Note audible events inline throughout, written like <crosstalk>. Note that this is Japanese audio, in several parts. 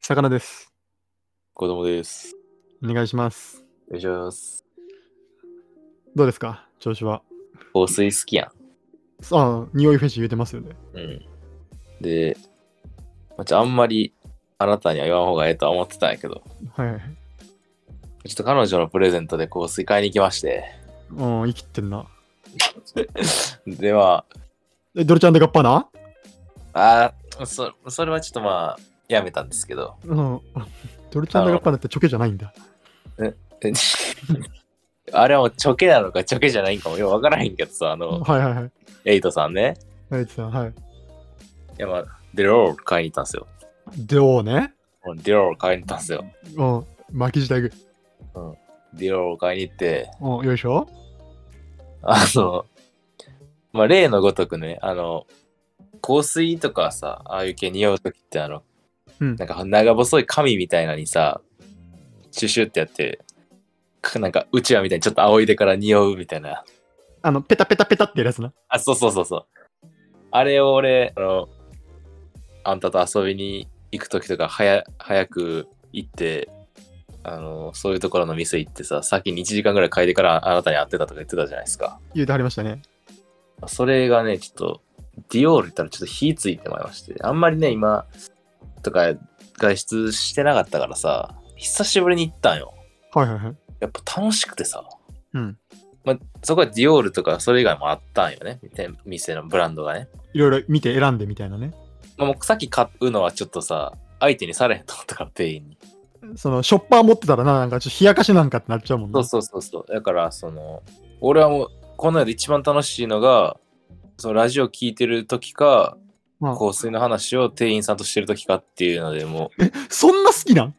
魚です。子供です。お願いします。お願いします。どうですか調子は。香水好きやああ、匂いフェチ言うてますよね。ん。うん。で、まあ、ちょあんまりあなたには言わん方がええとは思ってたんやけど、はいはいはい。ちょっと彼女のプレゼントで香水買いに行きまして、うん、生きてんな。では、え、ドルチャンでガッパーナあーそ、それはちょっとまあ、やめたんですけど、うん。 <laughs> ドルチャンでガッパーナってチョケじゃないんだ。 <laughs> えあれはもうチョケなのかチョケじゃないんかもよくわからへんけどさ、あの、はいはいはい。エイトさんね、ナイツさん、はい。いやまあ、デロール買いに行ったんですよ。でおうね。デロール買いに行ったんですよ。うん。巻き時代ぐ。デロール買いに行って、うん、よいしょ。あの、まあ、例のごとくね、あの、香水とかさ、ああいう系匂うときって、あの、うんなんか長細い紙みたいなのにさ、シュシュってやって、かなんかうちわみたいにちょっと仰いでから匂うみたいな。あの、ペタペタペタってやるやつな。あ、そうそうそうそう。あれを俺、あの、あんたと遊びに行くときとか、早、早く行って、あの、そういうところの店行ってさ、先に1時間ぐらい嗅いでからあなたに会ってたとか言ってたじゃないですか。言うてはりましたね。それがね、ちょっと、ディオール行ったらちょっと火ついてまいりまして、あんまりね、今、とか、外出してなかったからさ、久しぶりに行ったんよ。はいはいはい。やっぱ楽しくてさ、うん。まあ、そこはディオールとか、それ以外もあったんよね、店店のブランドがね。いろいろ見て選んでみたいなね。まあ、もうさっき買うのはちょっとさ、相手にされへんと思ったから、店員に。その、ショッパー持ってたらな、なんかちょっと冷やかしなんかってなっちゃうもんそねう。そうそうそう。だから、その、俺はもう、この世で一番楽しいのが、そのラジオ聞いてる時か、うん香水の話を店員さんとしてる時かっていうので、もう、そんな好きなん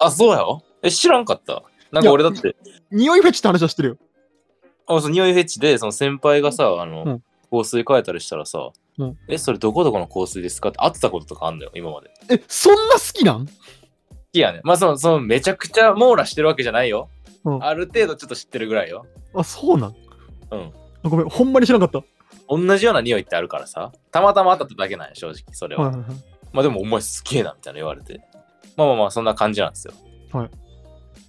あ、そうやろえ、知らんかった。なんいやか俺だって、匂いフェチって話はしてるよ。あ、その匂いフェチで、その先輩がさ、あの、うん香水変えたりしたらさ、うんえ、それどこどこの香水ですかって会ってたこととかあんのよ、今まで。好え、そんな好きなんきやね。まあ、その、その、めちゃくちゃ網羅してるわけじゃないよ。うんある程度ちょっと知ってるぐらいよ。あ、そうなんうん。あごめん、ほんまに知らなかっ同じような匂いってあるからさ、たまたまあったってだけなんよ、正直、それた。は。はいはいはい。まあ、でも、お前すげえな、みたいな言われて。まあまあまあ、そんな感じなんですよ。はい。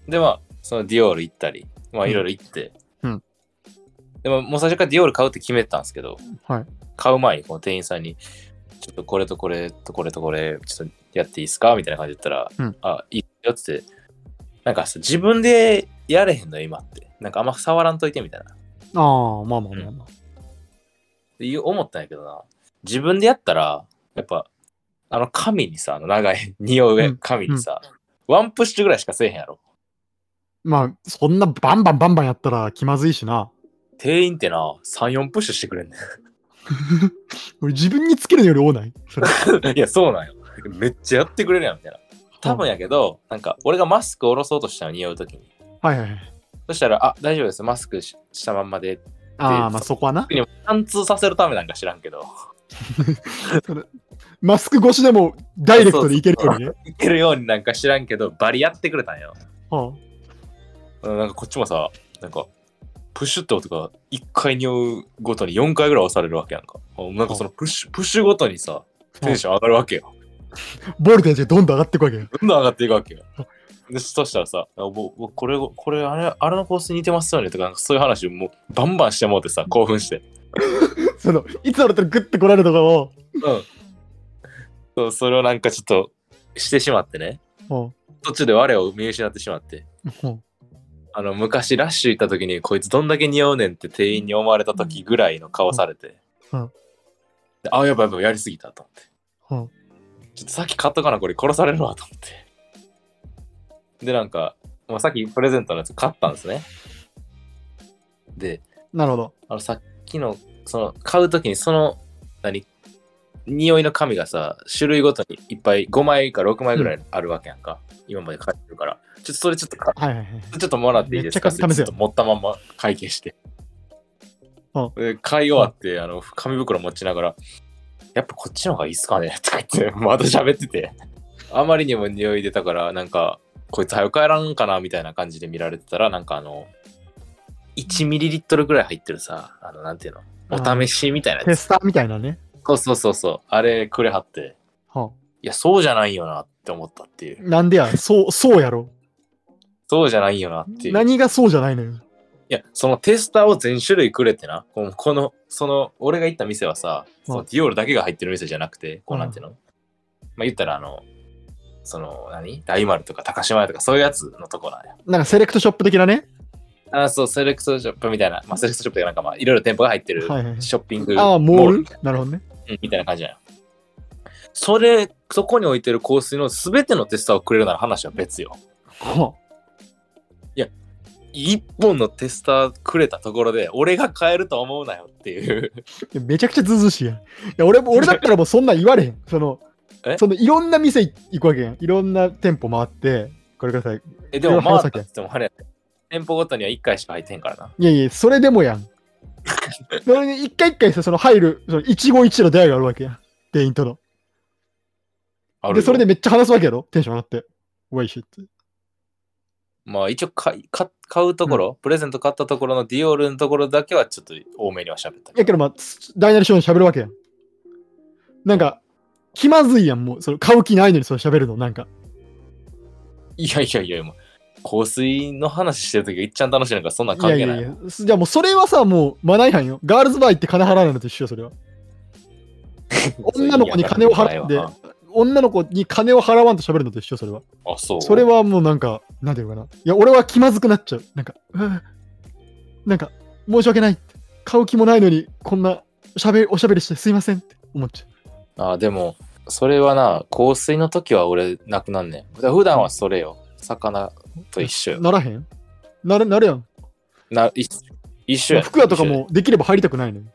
で、まあ、そのディオール行ったり、まあ、いろいろ行って。うんでも、もう最初からディオール買うって決めてたんですけど、はい。買う前にこの店員さんに、ちょっとこれとこれとこれとこれ、ちょっとやっていいですかみたいな感じで言ったら、うんあ、いいよっつって、なんかさ、自分でやれへんの今って。なんかあんま触らんといてみたいな。ああ、まあまあまあまあ。っていう思ったんやけどな。自分でやったら、やっぱ、あの紙にさ、あの長い <laughs> 匂ういん紙にさ、ワンプッシュぐらいしかせえへんやろ。まあ、そんなバンバンバンバンやったら気まずいしな。 <laughs> 店員ってな、3、4プッシュしてくれんね俺自分につけるのより多ない。それん。いや、そうなんよ。めっちゃやってくれるやん、みたいな。 <laughs> 多分やけど、なんか、俺がマスク下ろそうとしたの、匂うときに。はいはいはい。そしたら、あ、大丈夫です。マスクししたまんまで。ああ、まあそこはな。特に貫通させるためなんか知らんけど。 <laughs> それマスク越しでもダイレクトでいけるようにね。いけるようになんか知らんけど、バリやってくれたんよ。はうんなんかこっちもさ、なんか、プッシュって音が1回匂うごとに4回ぐらい押されるわけやんか。あなんかそのプッシュ、プッシュごとにさ、テンション上がるわけよ。あボルテージがどんどん上がっていくわけよ。 <laughs> どんどん上がっていくわけよ。で、そしたらさ、あぼぼこれ、これ、あれ、あれの香水似てますよねとか、なんかそういう話をもうバンバンしてもうてさ、興奮して。その、いつだったらグッて来られるとかを。うん。そう、それをなんかちょっとしてしまってね。は途中で我を見失ってしまって。あはあの、昔ラッシュ行った時に、こいつどんだけ似合うねんって店員に思われた時ぐらいの顔されて。うんであ、やばいやばい、やりすぎたと思って。あはちょっとさっき買っとかな、これ殺されるわと思って。で、なんか、まあ、さっきプレゼントのやつ買ったんですね。で、あなるほど。あの、さっきの、その、買う時にその、何匂いの紙がさ、種類ごとにいっぱい5枚か6枚ぐらいあるわけやんか。今まで買ってるから。ちょっとそれちょっと買っはいはいはい。ちょっともらっていいですめかっちゃ買って試せちょよっと持ったまんま会計してうん。で買い終わって、あの、紙袋持ちながら、やっぱこっちの方がいいっすかねとか言って、また喋ってて。あまりにも匂い出たから、なんか、こいつ早く帰らんかなみたいな感じで見られてたら、なんかあの、1ミリリットルぐらい入ってるさ、あの、なんていうの、お試しみたいなやテつ。スターみたいなね。そうそうそうそう、あれくれはって。はいや、そうじゃないよなって思ったっていう。なんでや、そう、そうやろ。そうじゃないよなっていう。何がそうじゃないのよ。いや、そのテスターを全種類くれってな。この、このその、俺が行った店はさ、そのディオールだけが入ってる店じゃなくて、こうなんていうの、まあ言ったら、あの、その、何大丸とか高島屋とかそういうやつのとこなんや。なんかセレクトショップ的なね。あーそう、セレクトショップみたいな、まあセレクトショップというかなんかまあいろいろ店舗が入ってるはいはいはいショッピングああ、モモーールルなるほどね。うんみたいな感じなの。それ、そこに置いてる香水の全てのテスターをくれるなら話は別よ。は一本のテスターくれたところで、俺が買えると思うなよっていう。あいやめちゃくちゃずうずうしいやん。いや俺も俺だったらもうそんなん言われへん。そのえ、そのいろんな店行くわけやん。いろんな店舗回って、これください。え、でもいや回まっさたかって言っ <laughs> てもあれやで店舗ごとには1回しか入ってへんからな。いやいや、それでも <laughs> やん。それに一回一回さ、その入る、その一期一会の出会いがあるわけやん。店員との。あるで、よそれでめっちゃ話すわけやろ。テンション上がって。わいしって。まあ一応買い買買うところ、プレゼント買ったところのディオールのところだけはちょっと多めには喋ったやけどまあ、つ大なり小なり喋るわけやん。なんか、気まずいやん、もう。その買う気ないのにそれ喋るの、なんか。いやいやいや、もう香水の話してるときがいっちゃん楽しいのからそんなんい関やい係なやい。いや。じゃあもうそれはさ、もうマナー違反よ。ガールズバー行って金払わないのと一緒よ、それは。女の子に金を払ってそういいやな女の子に金を払わんと喋るのと一緒、それは。あ、そう。それはもうなんか、なんていうのかな。いや、俺は気まずくなっちゃう。なんか、うわなんか、申し訳ないって。買う気もないのに、こんなしゃべおしゃべりしてすいませんって思っちゃう。あでも、それはな、香水の時は俺なくなんねん。だから普段はそれよ。魚と一緒よ。ならへんなるなるやん。な一一緒や。服屋とか一緒や。もできれば入りたくないのよ。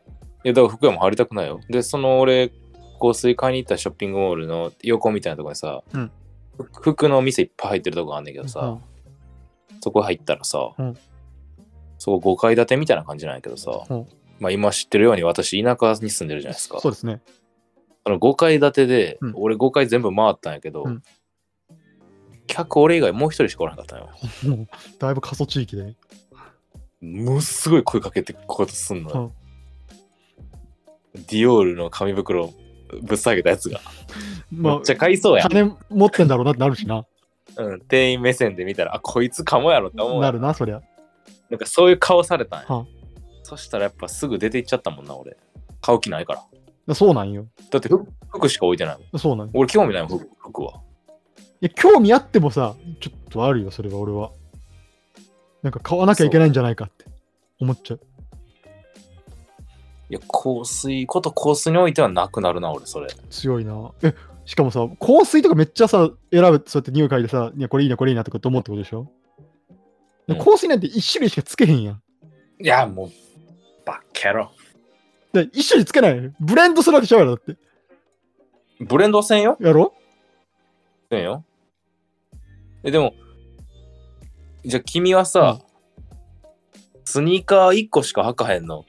いや、だから服屋も入りたくないよ。で、その俺、香水買いに行ったショッピングモールの横みたいなとこにさ、うんふ服の店いっぱい入ってるとこあんねんけどさ、そこ入ったらさ、うんそこ5階建てみたいな感じなんやけどさ、うんまあ今知ってるように私田舎に住んでるじゃないですか。そうですね。その5階建てで、うん俺5階全部回ったんやけど、うん客俺以外もう一人しかおらなかったのよ。もう、だいぶ過疎地域で。ものすごい声かけてこことすんのよ、ディオールの紙袋ぶっ下げたやつが、めっちゃ買いそうやん、金持ってんだろうなってなるしな。うん、店員目線で見たらあこいつかもやろって思うやなんるな、そりゃ。なんかそういう顔されたんや、はそしたらやっぱすぐ出て行っちゃったもんな俺買う気ないからそうなんよ。だって服服しか置いてないもんそうなんよ。俺興味ないもん服服はいや、興味あってもさ、ちょっとあるよ、それは俺は。なんか買わなきゃいけないんじゃないかって思っちゃう。いや香水こと香水においてはなくなるな俺それ強いな。え、しかもさ、香水とかめっちゃさ、選ぶ、そうやって匂い嗅いでさ、いや、これいいな、これいいなとかって思うってことでしょ、うん香水なんて一種類しかつけへんやん。いやもうバッケロで一種類つけないよブレンドするわけちゃうやろ、だって。ブレンドせんよやろせんよえでもじゃあ君はさ、スニーカー1個しか履かへんの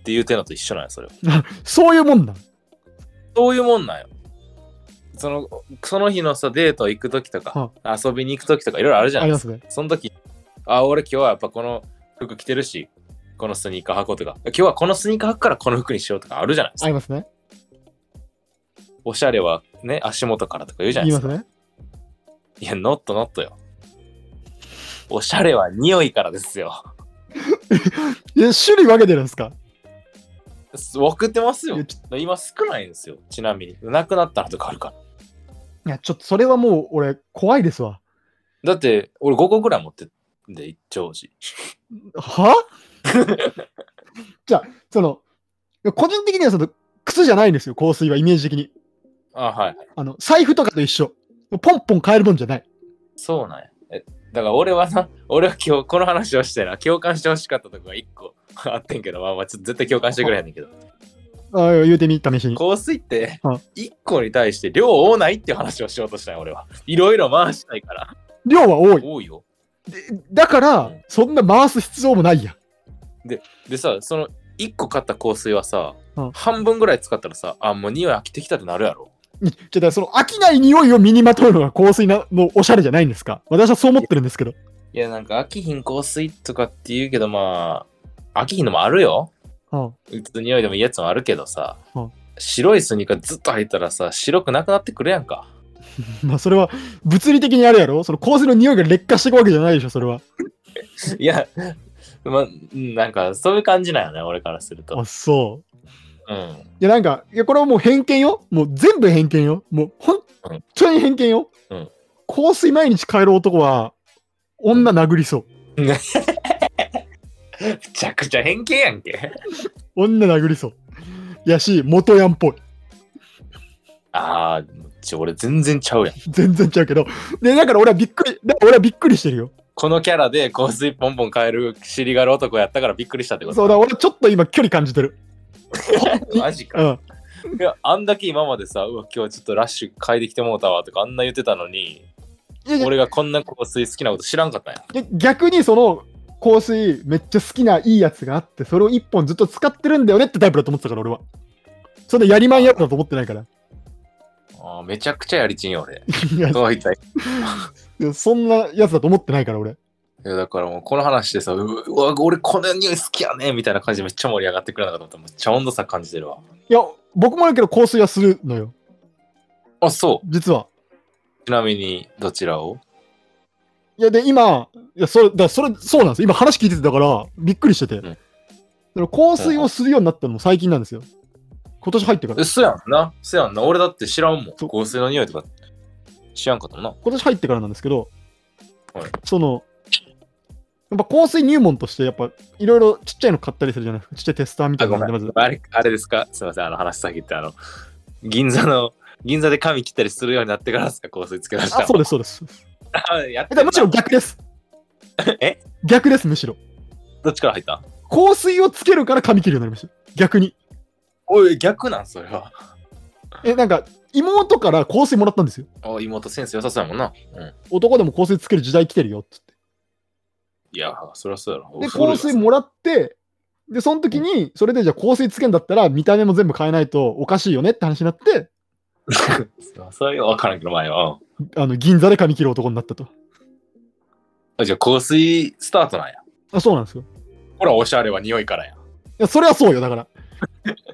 っていうてんのと一緒なんやそれはそういうもんなん。そういうもんなんよそのその日のさデート行く時とか、遊びに行く時とかいろいろあるじゃあなりいでますかすね。その時あ俺今日はやっぱこの服着てるしこのスニーカー履こうとか今日はこのスニーカー履くからこの服にしようとかあるじゃないですあかりますね。おしゃれはね足元からとか言うじゃ言ないいですますかね。いや、ノットノットよ。おしゃれは匂いからですよ。いや、種類分けてるんですか送ってますいよや。ちょ今少ないんですよ。ちなみに。なくなったらとかあるから。いや、ちょっとそれはもう俺、怖いですわ。だって、俺5個ぐらい持ってんで、一丁時。 <laughs> はじゃあ、その、いや個人的にはその靴じゃないんですよ、香水はイメージ的に。あ、はい。あの財布とかと一緒。ポンポン買えるもんじゃない。そうなんや。えだから俺はな、 <laughs> 俺は今日この話をしてな、共感してほしかったとこが1個 <laughs> あってんけど、まあまあ、ちょっと絶対共感してくれへんねんけど。ああ言うてみ、試しに。香水ってうん1個に対して量多ないっていう話をしようとしたんよ、俺は。いろいろ回したいから。量は多い。多いよ。でだから、うんそんな回す必要もないやん。でさ、その1個買った香水はさ、うん半分ぐらい使ったらさ、あ、もう匂い飽きてきたってなるやろ。いちょっとだからその飽きない匂いを身にまとうのが香水なのおしゃれじゃないんですか私はそう思ってるんですけど。いや、なんか飽きひん香水とかって言うけど、まあ、飽きひんのもあるよ。うん普通に匂いでもいいやつもあるけどさ、うん白いスニーカーずっと履いたらさ、白くなくなってくるやんか。まあそれは物理的にあれやろその香水の匂いが劣化していくわけじゃないでしょそれはいや、ま、うんなんかそういう感じなんよね、俺からするとあ。そううん。いやなんか、いやこれはもう偏見よ。もう全部偏見よ。もう本当に偏見よ。うん香水毎日変える男は、女殴りそう。めちゃくちゃ偏見やんけ。女殴りそう。やし、元ヤンっぽい。ああ、ちょ、俺全然ちゃうやん。全然ちゃうけど。で、だから俺はびっくり、だから俺はびっくりしてるよ。このキャラで香水ポンポン変える尻がる男やったからびっくりしたってこそうとだ、俺ちょっと今距離感じてる。マジうか。ん。いや、あんだけ今までさ、うわ、今日ちょっとラッシュ嗅いできてもうたわとかあんな言ってたのに、いやいや俺がこんな香水好きなこと知らんかったんや。で逆にその、香水めっちゃ好きないいやつがあって、それを一本ずっと使ってるんだよねってタイプだと思ってたから俺は。そんなやりまんやつだと思ってないから。 <laughs> あーめちゃくちゃやりちんよ、 <laughs> 俺。いやいどういったいやそんなやつだと思ってないから俺。や、だからもうこの話でさ、ううわ、俺この匂い好きやねみたいな感じでめっちゃ盛り上がってくるのかと思ったらめっちゃ温度差感じてるわ。いや、僕もやけど香水はするのよ、あ、そ実は。う。ちなみに、どちらをいや、で、今、いやそれ、だそれ、そうなんですよ。今話聞いてて、だから、びっくりしてて。んだから香水をするようになったのも最近なんですよ。今年入ってから。嘘やんな。嘘やんな。俺だって知らんもん。そう香水の匂いとか知らんかったもんな。今年入ってからなんですけど、はいその、やっぱ香水入門として、やっぱ、いろいろちっちゃいの買ったりするじゃないですか。ちっちゃいテスターみたあ、いなごのめで、まずん。。あれ、あれですかすいません。あの話先って、あの、銀座の、銀座で髪切ったりするようになってからですか香水つけました。あ、 <laughs> そうです、そうです。うやっえてだたむしろ逆です。え逆です、むしろ。どっちから入った香水をつけるから髪切るようになりました。逆に。おい、逆なん、それは。え、なんか、妹から香水もらったんですよ。お妹センス良さそうやもんな。うん。男でも香水つける時代来てるよっつって。いや、そりゃそうやろ。で、古いわ香水もらって、で、その時に、それでじゃあ香水つけんだったら、見た目も全部変えないとおかしいよねって話になって、そういうの分からんけど、前は。うんあの銀座で髪切る男になったと。あじゃあ、香水スタートなんや。あそうなんですよ。いほら、おしゃれは匂いからや。や、それはそうよ、だから。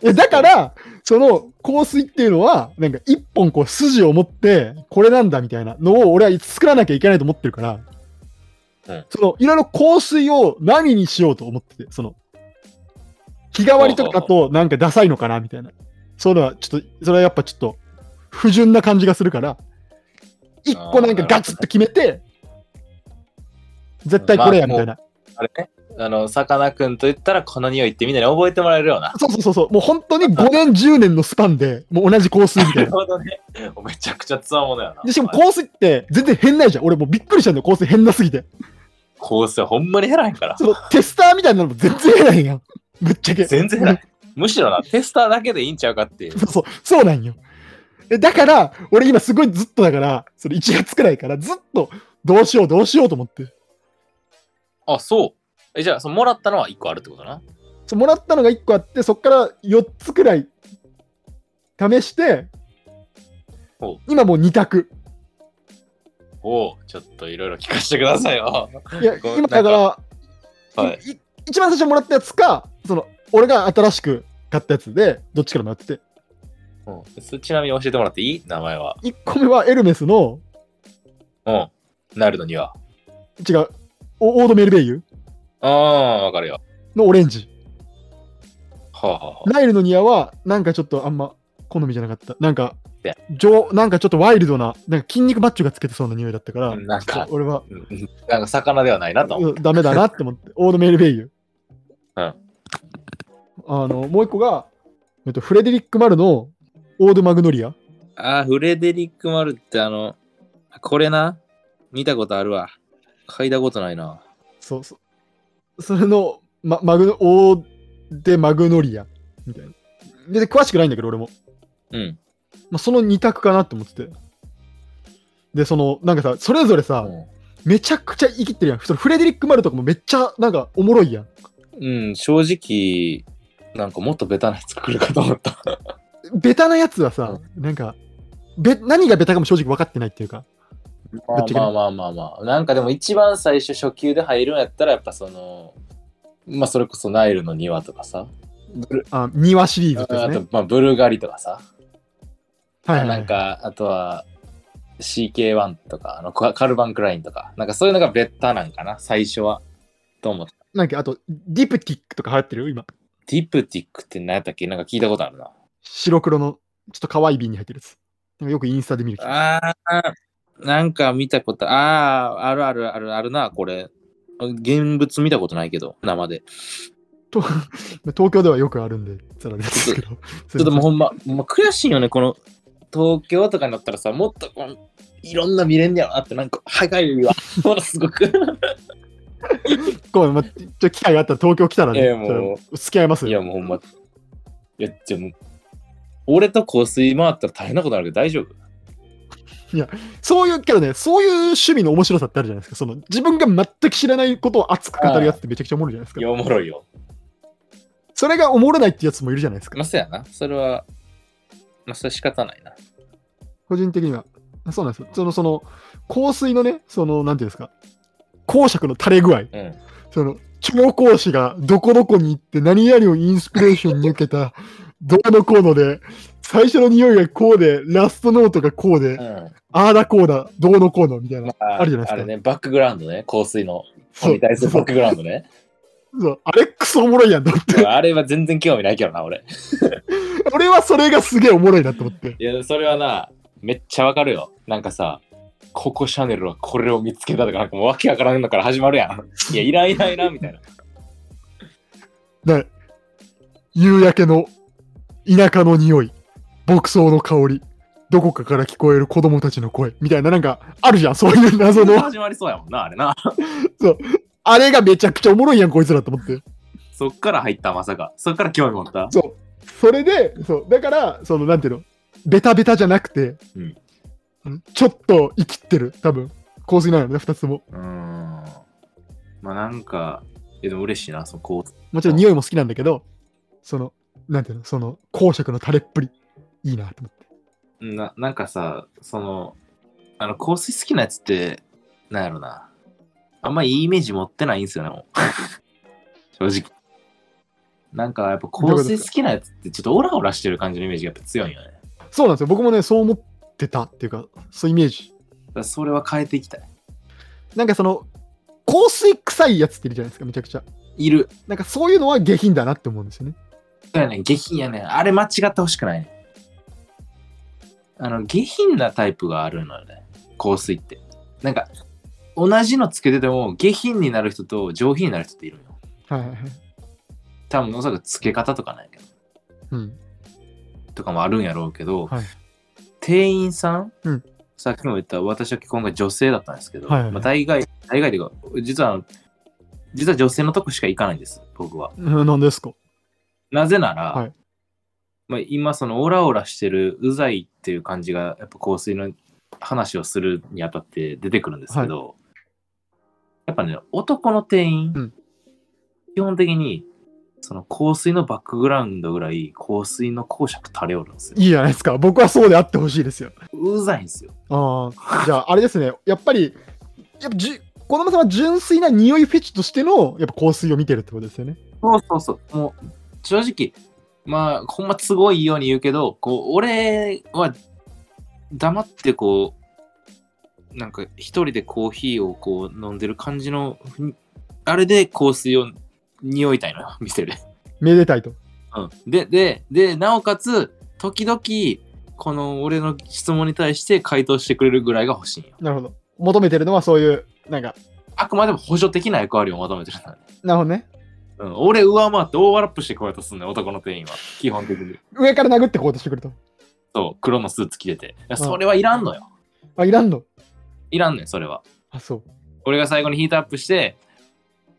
いやだから、その香水っていうのは、なんか一本こう筋を持って、これなんだみたいなのを俺は作らなきゃいけないと思ってるから、うんそのいろいろ香水を何にしようと思ってて、その日替わりとかだとなんかダサいのかなみたいな。そういうのはちょっと、それはやっぱちょっと不純な感じがするから、一個なんかガツッと決めて、絶対これやみたいな。あれね。あの、さかなクンと言ったら、この匂いってみんなに覚えてもらえるような。そうそうそうそう、もう本当に5年、10年のスパンで、もう同じ香水みたないる <laughs> な。<laughs> ほどね。めちゃくちゃつわものやな。でしかも香水って全然変ないじゃん。俺もうびっくりしたんだよ、香水変なすぎて。香水はほんまに減らへん <laughs> から。そのテスターみたいなのも全然変ないやん。 <laughs> ぶっちゃけ。全然減らへん。むしろな、テスターだけでいいんちゃうかっていう。そうそう、そうなんよ。えだから、俺今すごいずっとだから、それ1月くらいからずっとどうしようどうしようと思って。あ、そう。え、じゃあ、そのもらったのは1個あるってことな。そうもらったのが1個あって、そっから4つくらい試してほう、今もう2択。おお、ちょっといろいろ聞かせてくださいよ。いや、 <laughs> ごめん今だから、はい。い一番最初にもらったやつか、その俺が新しく買ったやつで、どっちからもらってて、うんそちなみに教えてもらっていい名前は。 1個目はエルメスの、うん。なるのには。違う、おオードメルベイユああ、わかるよ。のオレンジ。はあ、はあはあ、ナイルの庭は、なんかちょっとあんま好みじゃなかった。なんかいや、上なんかちょっとワイルドな、なんか筋肉マッチョがつけてそうな匂いだったから、うんなんかちょっと俺は、うんなんか魚ではないなと。うんダメだなって思って、オードメルベイユ。うんあの、もう一個が、えっと、フレデリック・マルのオードマグノリア。ああ、フレデリック・マルってあの、これな。見たことあるわ。嗅いだことないな。そうそう。それの、ま、マグノ、オーデマグノリアみたいな。で、で詳しくないんだけど、俺も。うん。まあ、その2択かなって思ってて。で、その、なんかさ、それぞれさ、めちゃくちゃ生きてるやん。そのフレデリック・マルとかもめっちゃ、なんか、おもろいやん。うん、正直、なんかもっとベタなやつ来るかと思った。ベタなやつはさ、なんか、べ何がベタかも正直分かってないっていうか。まぶっあちゃけねまあまあまあまあ。なんかでも一番最初初級で入るんやったらやっぱその、まあそれこそナイルの庭とかさ。ブルあ庭シリーズであすとね。、まあ、ブルガリとかはさ、いはい、はないん。か、あとは CK1 とか、あのカカルバンクラインとか、なんかそういうのがベッタなんかな、最初は。と思った。なんかあと、ディプティックとか流行ってる今。ディプティックって何やったっけなんか聞いたことあるな。白黒の、ちょっと可愛い瓶に入ってるやつ。なんかよくインスタで見る気がする。ああ、なんか見たこと、ああ、あるあるあるあるな、これ。現物見たことないけど、生で。と <laughs> 東京ではよくあるんで、つら <laughs> ですけど。ちょちょっともうほんま、ほんま悔しいよね、この東京とかになったらさ、もっとこういろんな見れんねやろなって、なんか歯がゆいわ。ものすご <laughs> く。こう、ま、ちょっと機会があったら東京来たらね、ええもう付き合いますいよ。や、もうほんま。いや、じゃあもう、俺と香水回ったら大変なことあるけど大丈夫そういう、けどね、そういう趣味の面白さってあるじゃないですか。その自分が全く知らないことを熱く語るやつってめちゃくちゃおもろいじゃないですかい。や、おもろいよ。それがおもろないってやつもいるじゃないですか。まあ、そうやな。それは、まあ、それは仕方ないな。個人的には。そうなんですよ。その、その、香水のね、その、なんていうんですか、公爵の垂れ具合。うん。その、教皇師がどこどこに行って何々をインスピレーションに受けた、どうのこうので、最初の匂いがこうで、ラストノートがこうで、うん。ああだこうだ、どうのこうのみたいな。ああるじゃないですかあれね、バックグラウンドね、香水の。そうに対するバックグラウンドね。そうアレックスおもろいやんと思って。あれは全然興味ないけどな、俺。俺はそれがすげえおもろいなと思って。いや、それはな、めっちゃわかるよ。なんかさ、ココシャネルはこれを見つけたとか、なんかもうわけわからんのから始まるやん。いや、いらんいらんいらんみたいな。な夕焼けの田舎の匂い、牧草の香り、どこかから聞こえる子供たちの声、みたいななんかあるじゃん、そういう謎 <laughs> の。始まりそうやもんな、あれな。あれがめちゃくちゃおもろいやん、こいつらと思って。そっから入った、まさか。そっから興味持った。そう。それで、そう。だから、その、なんていうの、ベタベタじゃなくて、うんうんちょっと生きってる、多分香水なのね、2つとも。うーん。まあなんか、えでも嬉しいな、そのこう。もちろん匂いも好きなんだけど、その、なんていうの、その、公爵の垂れっぷり、いいなと思って。ななんかさ、その、あの、香水好きなやつって、なんやろな。あんまいいイメージ持ってないんすよね、もう。 <laughs> 正直。なんかやっぱ香水好きなやつってちょっとオラオラしてる感じのイメージがやっぱ強いよね。だかそうなんですよ。僕もね、そう思ってたっていうか、そういうイメージ。らそれは変えていきたい。なんかその、香水臭いやつっているじゃないですか、めちゃくちゃ。いる。なんかそういうのは下品だなって思うんですよね。そうやねん下品やねんあれ間違ってほしくないねんあの、下品なタイプがあるのよね。香水って。なんか、同じのつけてても下品になる人と上品になる人っているのよ。はいはいはい。多分おそらくつけ方とかないけど。うん。とかもあるんやろうけど、はい店員さん、うんさっきも言った私は今回女性だったんですけど、はいはいはいまあ、大概大概というか実はあの実は女性のとこしか行かないんです僕はうん何ですかなぜなら、はいまあ、今そのオラオラしてるうざいっていう感じがやっぱ香水の話をするにあたって出てくるんですけど、やっぱね男の店員、うん基本的にその香水のバックグラウンドぐらい香水の公爵垂れおるんですよいいじゃないですか。僕はそうであってほしいですよ。うざいんですよああ、じゃああれですね、やっぱり、やっぱじゅ子供さんは純粋な匂いフェチとしてのやっぱ香水を見てるってことですよね。そうそうそう。もう、正直、まあ、ほんま都合いいように言うけど、こう、俺は、黙ってこう、なんか一人でコーヒーをこう飲んでる感じの、ふんあれで香水を匂いたいのよ、店で。めでたいと。うん。で、で、で、なおかつ、時々、この俺の質問に対して回答してくれるぐらいが欲しいんよ。なるほど。求めてるのはそういう、なんか、あくまでも補助的な役割を求めてるんだね。なるほどね。うん。俺上回ってオーバーラップしてこようとすんねん男の店員は。基本的に。上から殴ってこうとしてくると。そう、黒のスーツ着てて。いやそれはいらんのよ。あ、いらんの。いらんねん、それは。あ、そう。俺が最後にヒートアップして、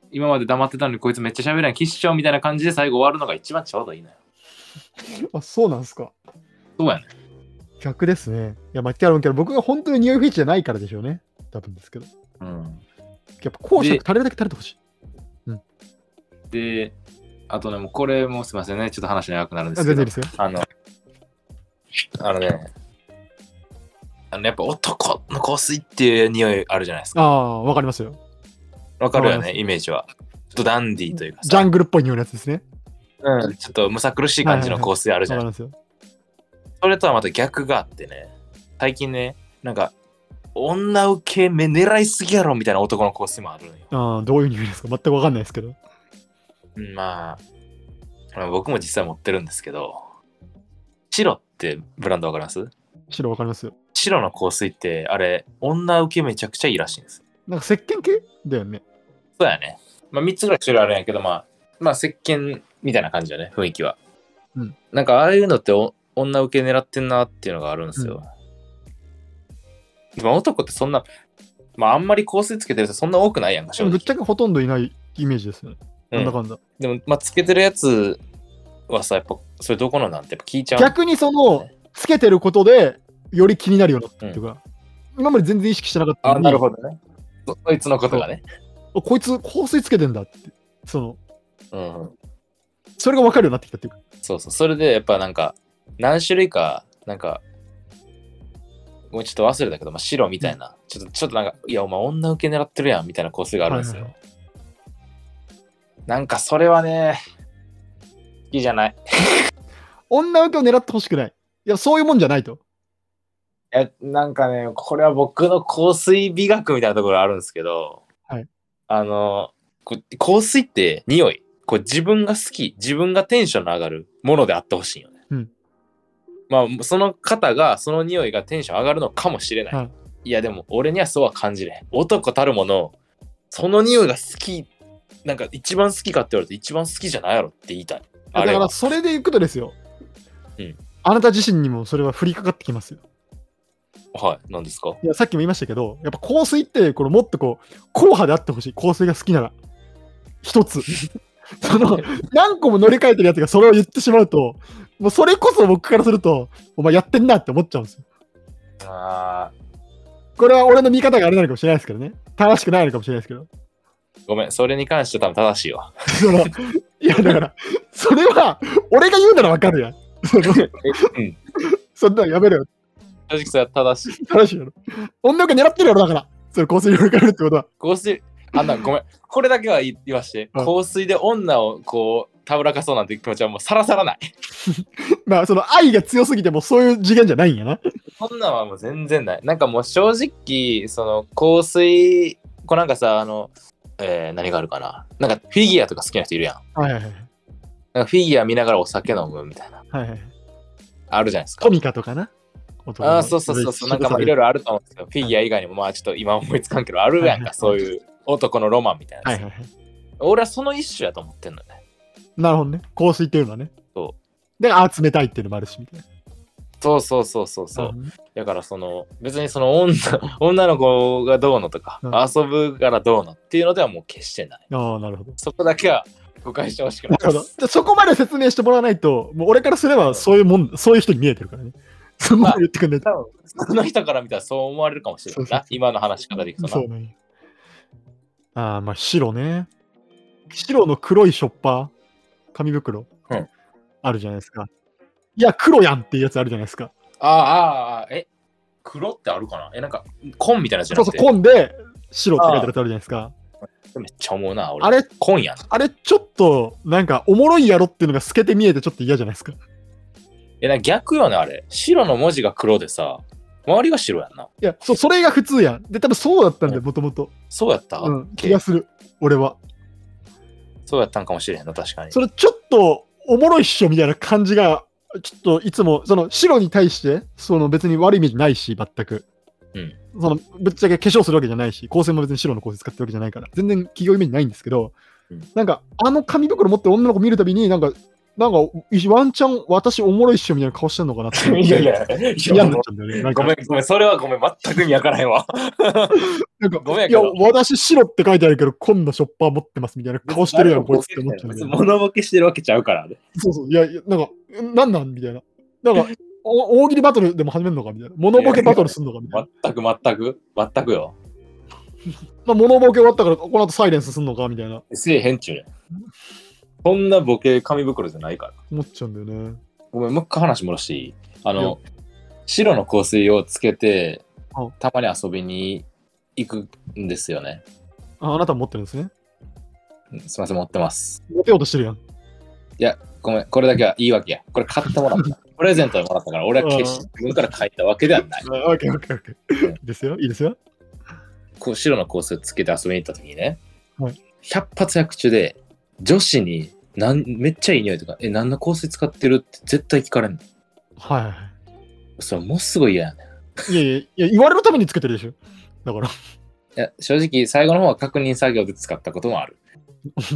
今まで黙ってたのにこいつめっちゃ喋るやん、キッションみたいな感じで最後終わるのが一番ちょうどいいのよ。あ、そうなんですか。そうやねん。逆ですね。いや、まあ、言ってあるけど、僕が本当に匂いフェチじゃないからでしょうね。多分ですけど。うん。やっぱ公爵で垂れるだけ垂れてほしい。で、あとね、もうこれもすいませんね、ちょっと話長くなるんであす全け然いいどで、すよ。あの、あのね、あのやっぱ男の香水っていう匂いあるじゃないですか。ああ、わかりますよ。わかるよわかね、イメージは。ちょっとダンディーというかジさ、ャングルっぽい匂いのやつですね。うん、ちょっとむさ苦しい感じの香水あるじゃわんかりますよ。それとはまた逆があってね、最近ね、なんか、女受け目狙いすぎやろみたいな男の香水もあるのよ。あーどういう匂いですか全くわかんないですけど。うんまあ、まあ僕も実際持ってるんですけど、白ってブランドわかります白わかりますよ。白の香水って、あれ、女受けめちゃくちゃいいらしいんです。なんか石鹸系だよね。そうやね。まあ3つぐらい種類あるんやけど、まあ、まあ石鹸みたいな感じよね、雰囲気は。うんなんかああいうのってお女受け狙ってんなっていうのがあるんですよ。でも男ってそんな、まああんまり香水つけてる人そんな多くないやんか、で正もぶ直っちゃけほとんどいないイメージですよね。うなんんだかんだ。でも、まあつけてるやつはさ、やっぱそれどこのなんてやっぱ聞いちゃう。逆にその、つけてることで、より気になるようになったっていうか、今まで全然意識してなかったのあ、になるほどね。そそいつのことがね。あこいつ香水つけてんだって。その、うん。それがわかるようになってきたっていうか。そうそう。それでやっぱなんか、何種類か、なんか、もうちょっと忘れたけど、まあ、白みたいな、ちょっと、ちょっとなんか、いや、お前女受け狙ってるやんみたいな香水があるんですよ。はいなんかそれはね、好きじゃない。女受けを狙ってほしくない。いや、そういうもんじゃないと。いや、なんかね、これは僕の香水美学みたいなところあるんですけど、はいあの、こ香水って匂い、こう自分が好き、自分がテンションの上がるものであってほしいよね。うんまあ、その方が、その匂いがテンション上がるのかもしれない。はいい、や、でも俺にはそうは感じれん。男たるもの、その匂いが好き、なんか一番好きかって言われて一番好きじゃないやろって言いたい。あだれかはら、それでいくとですよ。うんあなた自身にもそれは降りかかってきますよ。はい、何ですかいやさっきも言いましたけど、やっぱ香水ってこのもっとこう、硬派であってほしい。香水が好きなら。一 <laughs> つ。その、何個も乗り換えてるやつがそれを言ってしまうと、もうそれこそ僕からすると、お前やってんなって思っちゃうんですよ。あこれは俺の見方があれなのかもしれないですけどね。正しくないのかもしれないですけど。ーごめん、それに関して多分正しいわ。その、いやだから、それは、俺が言うならわかるやん。そのうんそんなのやめろよ。正直それは正しい。正しいやろ。女の子狙ってるやろだから。それ香水に乗り換えるってことは。香水、あんなごめん。これだけは言い言わして、うん香水で女をこう、たぶらかそうなんて気持ちはもうさらさらない。まあ、その愛が強すぎてもうそういう次元じゃないんやな。そんなんはもう全然ない。なんかもう正直、その香水、こうなんかさ、あの、えー何があるかな。なんかフィギュアとか好きな人いるやん。はいはいはい。なんかフィギュア見ながらお酒飲むみたいな。はいはい、あるじゃないですかコ。ミカとかな。ああ、そうそうそうそう。なんかまあいろいろ。ろあると思うんですけど、フィギュア以外にもまあちょっと今思いつかんけど、あるやんか、そういう男のロマンみたいなはいやつ。はいはい。俺はその一種やと思ってんのね。なるほどね。香水っていうのはね。。そうで、あー冷たいっていうのもあるし、みたいな。そうそうそうそうそう。う。だからその別にその女 <laughs> 女の子がどうのとか、うん遊ぶからどうのっていうのではもう決してない。ああ、なるほど。そこだけは誤解してほしくなないるほでどす。でそこまで説明してもらわないと、もう俺からすればそういうもん、そういう人に見えてるからね。 <laughs> そんなこと言ってくんないと。多分その人から見たらそう思われるかもしれないそうそうな。今の話し方でいそくとうね。ああ、まあ白ね。白の黒いショッパー、紙袋、うんあるじゃないですか。いや、黒やんっていうやつあるじゃないですか。な。ああああ、え黒ってあるかなえ、なんか紺みたいなやつじゃそうそなくう、て。紺で白って書いてるやつあるじゃないですか。めっちゃ思うな、俺。あれ紺やな。いあれちょっとなんかおもろいやろっていうのが透けて見えてちょっと嫌じゃないですか。いやなんか逆よね、あれ。白の文字が黒でさ、周りが白やんな。や、そうそれが普通やん。で、多分そうだったんだよ、うもともと。そうやった、うん気がする、俺は。そうやったんかもしれへんな、確かに。それちょっとおもろいっしょみたいな感じが、ちょっといつも、その白に対して、その別に悪いイメージないし、全く。うんそのぶっちゃけ化粧するわけじゃないし、光線も別に白の光線使ってるわけじゃないから、全然企業イメージないんですけど、うん。なんかあの紙袋持ってる女の子見るたびに、なんか、なんかワンチャン私おもろいっしょみたいな顔してんのかなって <laughs> いやいや、い嫌になっちゃうんだよね。なんかごめん、ごめん、それはごめん、全く意味わからへんわ。なんかごめんやいけや、ど私白って書いてあるけど、今度ショッパー持ってますみたいな顔してるやん、こいつって思っちゃう別ねに。物ボケしてるわけちゃうからね。そうそう、いや、いやなんか、んなんなんみたいな。なんか、お大喜利バトルでも始めるのかみたいな。モノボケバトルすんのかみたいな。全く全く、全くよ。まあ、モノボケ終わったから、この後サイレンスすんのかみたいな。せえへんちゅうねん。そんなボケ紙袋じゃないから。思っちゃうんだよね。ごめん、もう一回話戻していいあの、白の香水をつけてうん、たまに遊びに行くんですよね。ああなたも持ってるんですね。うんすみません、持ってます。モテようとしてるやん。ごめん、これだけは言い訳や。これ買ってもらった。 <laughs> プレゼントでもらったから、俺は決して自分から書いたわけではない。あオッケーオッケーオッケー。ですよ、いいですよ。こう白の香水をつけて遊びに行った時にね、はい百発百中で女子になんめっちゃいい匂いとか「え何の香水使ってる?」って絶対聞かれんのはいはいはそれもうすごい嫌やねい。いやいやいや、言われるためにつけてるでしょ。だから、いや正直最後の方は確認作業で使ったこともある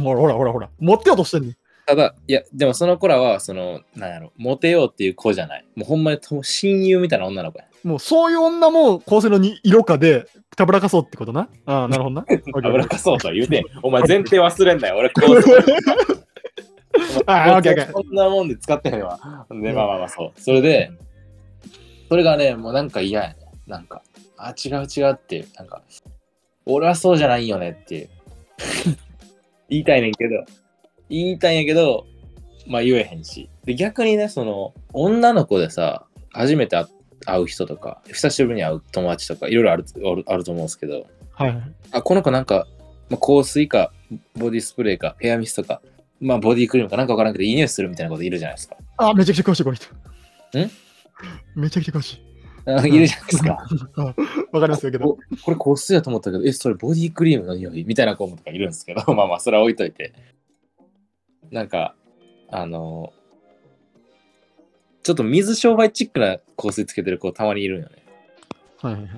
ほらほらほらほら、持ってようとしてんねん。ただいやでもその子らはそのなんやろモテようっていう子じゃないもうほんまにと親友みたいな女の子やもうそういう女も構成のに色かでたぶらかそうってことな。ああ、なるほどな。油かそうとは言うてんお前前提忘れんなよ俺こうする <laughs> ああ、オッケーオッケー。そんなもんで使ってへんわ。で、まあまあまあそう。それで、それがね、もうなんか嫌やね。なんか、あ、違う違うっていう、なんか、俺はそうじゃないよね <laughs> っていう。言いたいねんけど、言いたいんやけど、まあ言えへんし。で、逆にね、その、女の子でさ、初めて会会う人とか、久しぶりに会う友達とか、いろいろあるおるあると思うんですけど、はいはい。あこの子なんか、まあ、香水かボディスプレーかヘアミストか、まあ、ボディクリームかなんかわからんけどいい匂いするみたいなこといるじゃないですか。ああ、めちゃくちゃ詳しい、この人。んめちゃくちゃ詳しい。あいるじゃないですか。わかりますよけど。ここれ香水やと思ったけど、え、それボディクリームの匂いみたいな子もとかいるんですけど、 <laughs> まあまあそれは置いといて。なんか、あの、ちょっと水商売チックな香水つけてる子たまにいるんよね。はいはいはい。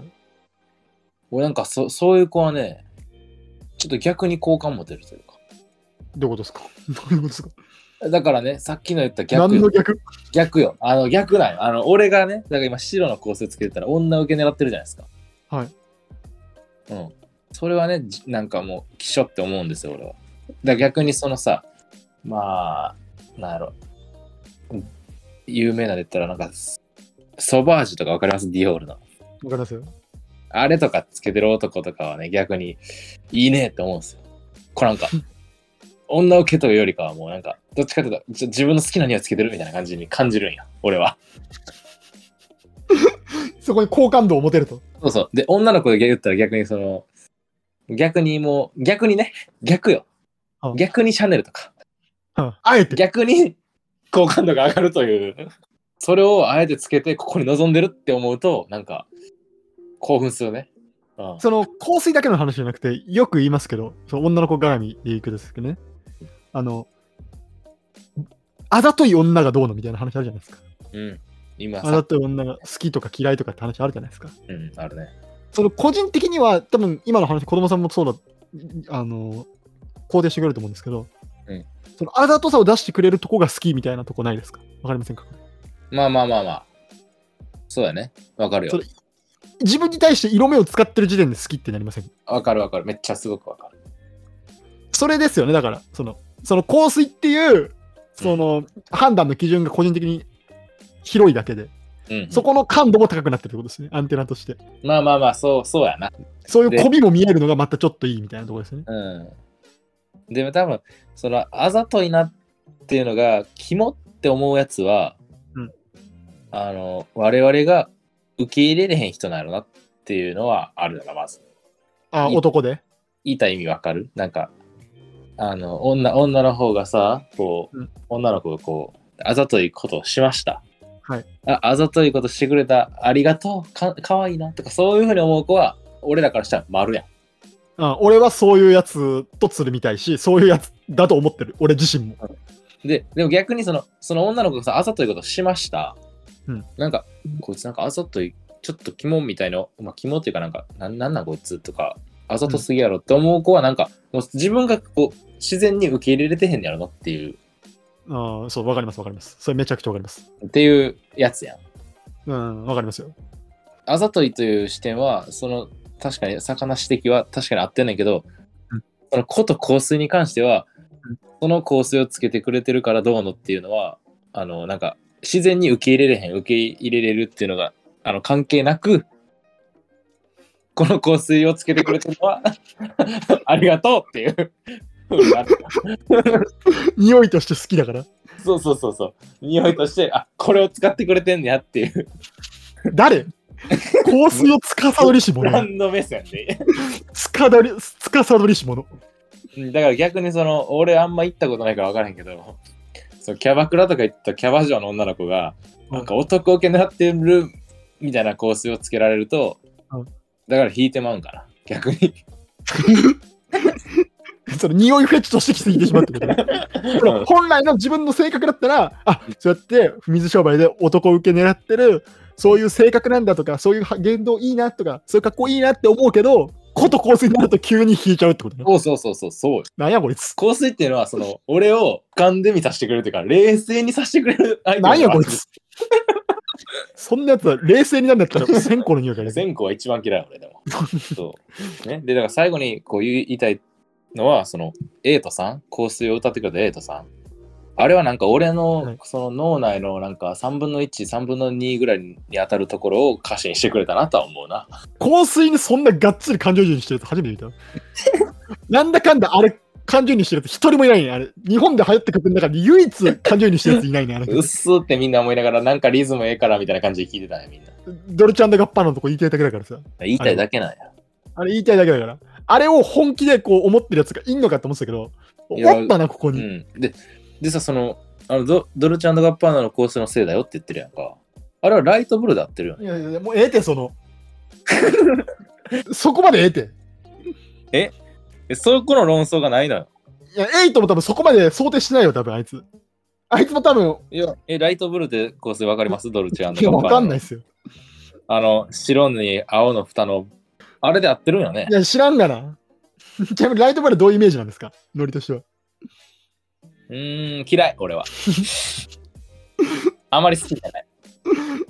俺なんかそそういう子はね、ちょっと逆に好感持てるというか。どういうことですかどういうことですかだからね、さっきの言った逆何の逆逆よ。あの、逆なんよ。あの、俺がね、だから今、白の香水つけてたら、女受け狙ってるじゃないですか。はい。うん。それはね、じなんかもう、きしょって思うんですよ、俺は。だから逆にそのさ、まあ、なんやろ。うん有名なで言ったら、なんか、ソバージュとかわかりますディオールの。わかりますよ。あれとかつけてる男とかはね、逆に、いいねって思うんですよ。こ <laughs> れなんか、女受けというよりかはもうなんか、どっちかというと、ちょ自分の好きな匂いつけてるみたいな感じに感じるんや、俺は。そこに好感度を持てると。そうそう。で、女の子で言ったら逆にその、逆にもう、逆にね、逆よあ。逆にシャネルとか、うんあえて。逆に好感度が上がるという、それをあえてつけて、ここに臨んでるって思うと、なんか、興奮するね。うん、その香水だけの話じゃなくて、よく言いますけど、その女の子絡みで言うけどですけどね。あの、あざとい女がどうのみたいな話あるじゃないですか。うん。今あざさ、とい女が好きとか嫌いとかって話あるじゃないですか。うん、あるね。その個人的には、多分今の話、子供さんもそうだ、あの、肯定してくれると思うんですけど、うんそのあざとさを出してくれるとこが好きみたいなとこないですかわかりませんかまあまあまあまあ。そうだね。わかるそよれ。自分に対して色目を使ってる時点で好きってなりませんわかるわかる。めっちゃすごくわかる。それですよね、だから、その、その香水っていう、その、判断の基準が個人的に広いだけで、うんうん、そこの感度も高くなってるってことですね、アンテナとして。まあまあまあ、そう、そうやな。そういうで媚びも見えるのがまたちょっといいみたいなところですね。うん。でも多分、そのあざといなっていうのが、キモって思うやつは、うんあの、我々が受け入れれへん人なのなっていうのはあるよな、まず。あ、いい男で。言いたい意味わかるなんか、あの、女、女の方がさ、こう、うん女の子がこう、あざといことをしました。はいああざといことしてくれた、ありがとう、かかわいいなとか、そういうふうに思う子は、俺らからしたら丸やん。うん、俺はそういうやつとつるみたいし、そういうやつだと思ってる、俺自身も。で、でも逆にその、その女の子がさ、あざということしました。うんなんか、こいつなんかあざとい、ちょっと肝みたいな、まあ肝っていうかなんか、なんなんなんこいつとか、あざとすぎやろって思う子はなんか、もう自分がこう、自然に受け入れれてへんやろなっていう、うん、そう、わかります、わかります。それめちゃくちゃわかります。っていうやつやん。うん、わかりますよ。あざといという視点は、その、確かに、魚指摘は確かに合ってんねんけど、うんその、こと香水に関してはうん、その香水をつけてくれてるからどうのっていうのは、あの、なんか、自然に受け入れれへん、受け入れれるっていうのが、あの、関係なく、この香水をつけてくれてるのは、 <laughs> ありがとうっていう。匂いとして好きだから。そうそうそうそう。匂いとして、あ、これを使ってくれてんねやっていう、誰香水を司さどりし者。何の目線で。つかどり、つかさどりし者。 <laughs> うんだから逆にその俺あんま行ったことないから分からへんけどそうキャバクラとか行ったキャバ嬢の女の子が、うんなんか男受け狙ってるみたいな香水をつけられると、うんだから引いてまうんかな逆にその匂いフェチとしてきすぎてしまってるからこの本来の自分の性格だったら、あそうやって水商売で男受け狙ってる、そういう性格なんだとか、そういう言動いいなとか、そういう格好いいなって思うけど、こと香水になると急に引いちゃうってことね。そうそうそうそうそうなんやこいつ。香水っていうのはその俺を噛んでみさせてくれるというか冷静にさせてくれるアイテムなんやこいつ。そんなやつは冷静になんだったら線香の匂いがね。全校は一番嫌い俺でもそう、ね、でだから最後にこう言いたいのはそのエイトさん香水を歌ってくれたエイトさんあれはなんか俺はのいその脳内のなんか3分の13分の2ぐらいに当たるところを歌詞にしてくれたなとは思うな香水にそんながっつり感情移入してるやつ初めて見た。なんだかんだあれ感情移入してるやつ一人もいないね。あれ日本で流行ってくる中で唯一感情移入してるやついないね。あれうっすーってみんな思いながらなんかリズムええからみたいな感じで聞いてたねみんなドルチャンガッパーナのとこ言いたいだけだからさ。言いたいだけなんやあれ言いたいだけだから。あれを本気でこう思ってるやつがいんのかと思ってたけど、いやおったな、ここうに。んででさそのあのドドルチアンドガッパーナの香水のせいだよって言ってるやんかあれはライトブルーで合ってるよねいやいやいや、もうええて、その。 <laughs> そこまでええて。えそこの論争がないのよいや、エイトも多分そこまで想定してないよ、多分あいつ。あいつも多分、いや、え、ライトブルーで香水わかりますドルチェいや、わかんないい。ですよ。あの、白に青の蓋の、あれで合ってるんよねい。や、知らんがな。 <laughs> ちなみにライトバルどういうイメージなんですかノリとしては。うーん、嫌い、俺は。 <laughs> あまり好きじゃない。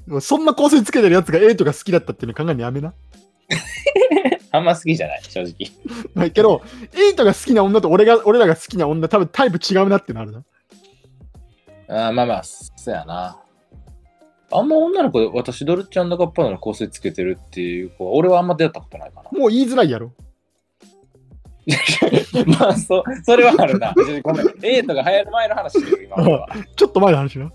もうそんな香水つけてるやつがエイトが好きだったっていうの考えるのやめな。あんま好きじゃない、正直。はい、けど、エイトが好きな女と俺が俺らが好きな女、多分タイプ違うなってなるな。あーまあまあ、そうやな。あんま女の子で私、ドルチェガッパーナの香水つけてるっていう子は、俺はあんま出会ったことないかな。もう言いづらいやろ。 <laughs> まあ、そ、それはある <laughs> な。ごめん。エイトが流行る前の話してる、今俺は。ちょっと前の話な。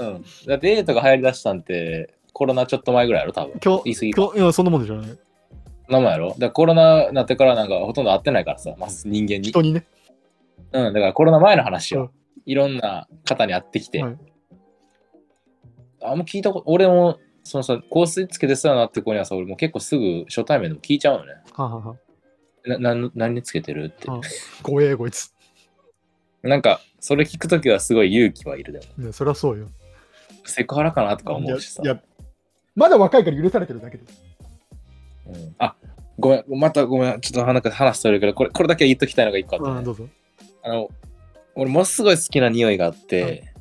うん。だってエイトが流行り出したんって、コロナちょっと前ぐらいやろ、多分。今日、言い過ぎか今日いやそんなもんでしょうね。名前やろだからコロナになってからなんかほとんど会ってないからさ、まず人間に。人にね。うん、だからコロナ前の話うんよ。いろんな方に会ってきて。はいあんま聞いたこと、俺も、そのさ、香水つけてそうやなって子にはさ、俺も結構すぐ初対面でも聞いちゃうのね。はあはあはな、なん何につけてるってあ。。怖え、こいつ。なんか、それ聞くときはすごい勇気はいるでも。ね、そりゃそうよ。セクハラかなとか思うしさい。や、いやまだ若いから許されてるだけです。うんあごめん、またごめん、ちょっとなんか話それるけど、これ、これだけは言っときたいのが一個あってね、うん、どうぞ。あの、俺ものすごい好きな匂いがあって、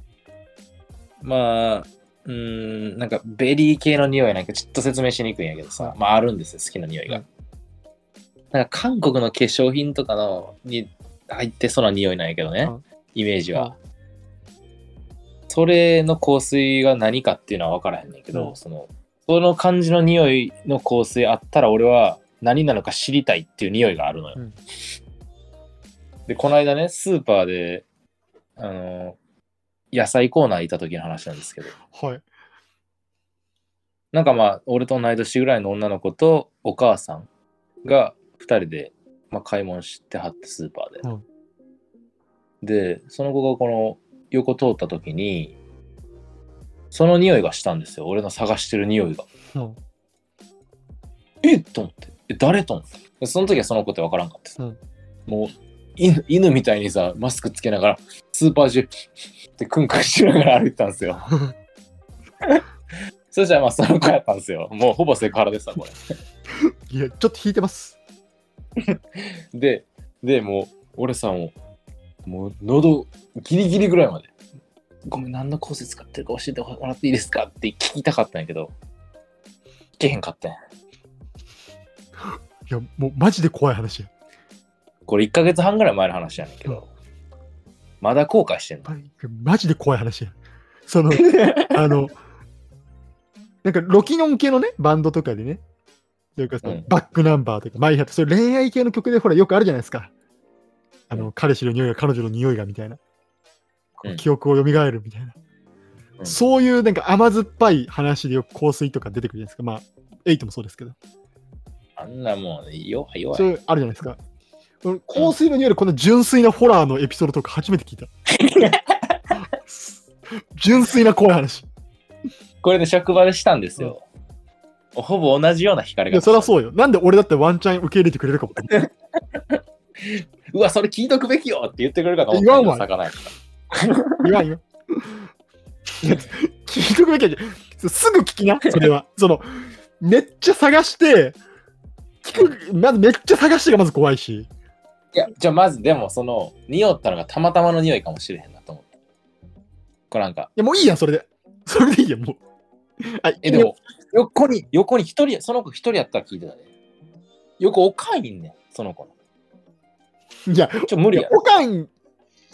まあ、うーん、なんかベリー系の匂いなんかちょっと説明しにくいんやけどさ、はまああるんですよ、好きな匂いが。はいなんか韓国の化粧品とかのに入ってそうな匂いなんやけどね、はイメージは。それの香水が何かっていうのは分からへんねんけど、うんその、その感じの匂いの香水あったら俺は何なのか知りたいっていう匂いがあるのよ。うんで、この間ね、スーパーで、あの、野菜コーナーいた時の話なんですけど、はい。なんかまあ、俺と同い年ぐらいの女の子とお母さんが2人で、まあ、買い物してはって、スーパーで。うんで、その子がこの横通った時に、その匂いがしたんですよ。俺の探してる匂いが。うんえっと思って。え、誰と思って。でその時はその子って分からんかった。うんもう犬、犬みたいにさ、マスクつけながら、スーパー中、ってクンクンしながら歩いてたんで <laughs> すよ。そしたらまあその子やったんですよ。もうほぼセクハラでした、こいや、ちょっと引いてます。れ。で、で、もう俺さ、もう、もう喉ギリギリぐらいまで。ごめん、何の香水使ってるか教えてもらっていいですかって聞きたかったんやけど、聞けへんかったんやいや、もうマジで怖い話や。これ1ヶ月半ぐらい前の話やねんけど、まだ後悔してんの。はいマジで怖い話や。その、 <laughs> あの、なんかロキノン系のね、バンドとかでね、というかそのうんバックナンバーとか、マイハット、そういう恋愛系の曲でほらよくあるじゃないですか。あの、う彼氏の匂いが彼女の匂いがみたいな。こううん記憶を蘇るみたいな、うんそういうなんか甘酸っぱい話でよく香水とか出てくるじゃないですか。まあ、エイトもそうですけど。あんなもう、弱い弱そうい。いうあるじゃないですか。この香水の匂いでこんな純粋なホラーのエピソードとか初めて聞いた。純粋な怖い話。これで職場でしたんですよ。ほぼ同じような光いが。や、そりゃそうよ。なんで俺だってワンチャン受け入れてくれるかも。うわ、それ聞いとくべきよって言ってくれるかと思っ言わたんけどわ魚やか言わんよ。いや聞いとくべきやけすぐ聞きな、それは。その、めっちゃ探して、聞く、まずめっちゃ探してがまず怖いし。ら。いや、じゃあまずでもその、匂ったのがたまたまの匂いかもしれへんなと思って。これなんか、いや、もういいやん、それで。それでいいやん、もう。あえ、でも、横に、横に一人、その子一人やったら聞いてたで。横おかんいんねん、その子の。いや、ちょ、無い理ややろ。おかん、い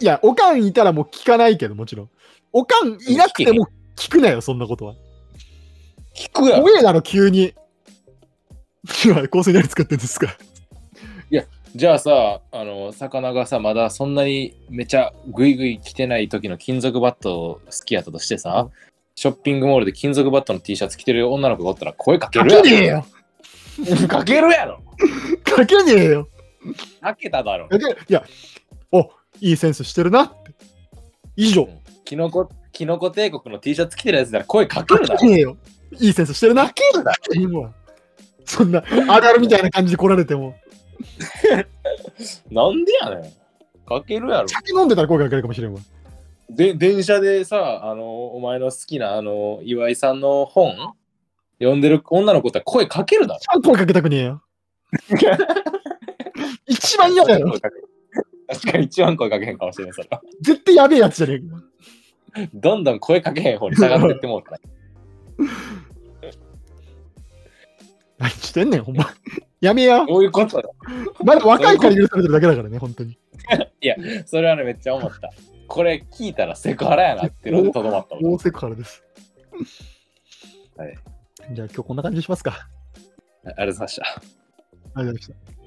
や、おかんいたらもう聞かないけど、もちろん。おかんいなくても聞くなよ、そんなことは。聞くやろ。怖えだろ、急に。今、香水何使ってんですかじゃあさ、あの、魚がさ、まだそんなにめちゃグイグイ来てない時の金属バットを好きやったとしてさ、ショッピングモールで金属バットの T シャツ着てる女の子がおったら声かけかるけやねえよろ。かけるやろ。かけねえよかけただろ。だけいや、おいいセンスしてるなって。以上。キノコ、キノコ帝国の T シャツ着てるやつなら声かけかるだけろ。ねえよ。いいセンスしてるな。けるだ今そんな、アダルみたいな感じで来られても。ろ。なんでやねん。かけるやろ。酒飲んでたら声かけるかもしれんわ。で電車でさあのお前の好きなあの岩井さんの本読んでる女の子って声かけるだろちゃんと声かけたくねえ <laughs> よ。一番嫌だよ。確かに一番声かけへんかもしれないそれは絶対やべえやつじゃねえか。どんどん声かけへん方に下がってってもうた <laughs> ね何してんねん、ほんま。やめや。どういうことだまだ若いから許されてるだけだからね、本当に。それはねめっちゃ思ったこれ聞いたらセクハラやなってのでとどまったもん大セクハラです。はい。じゃあ今日こんな感じにしますか。あれさしたありがとうございました。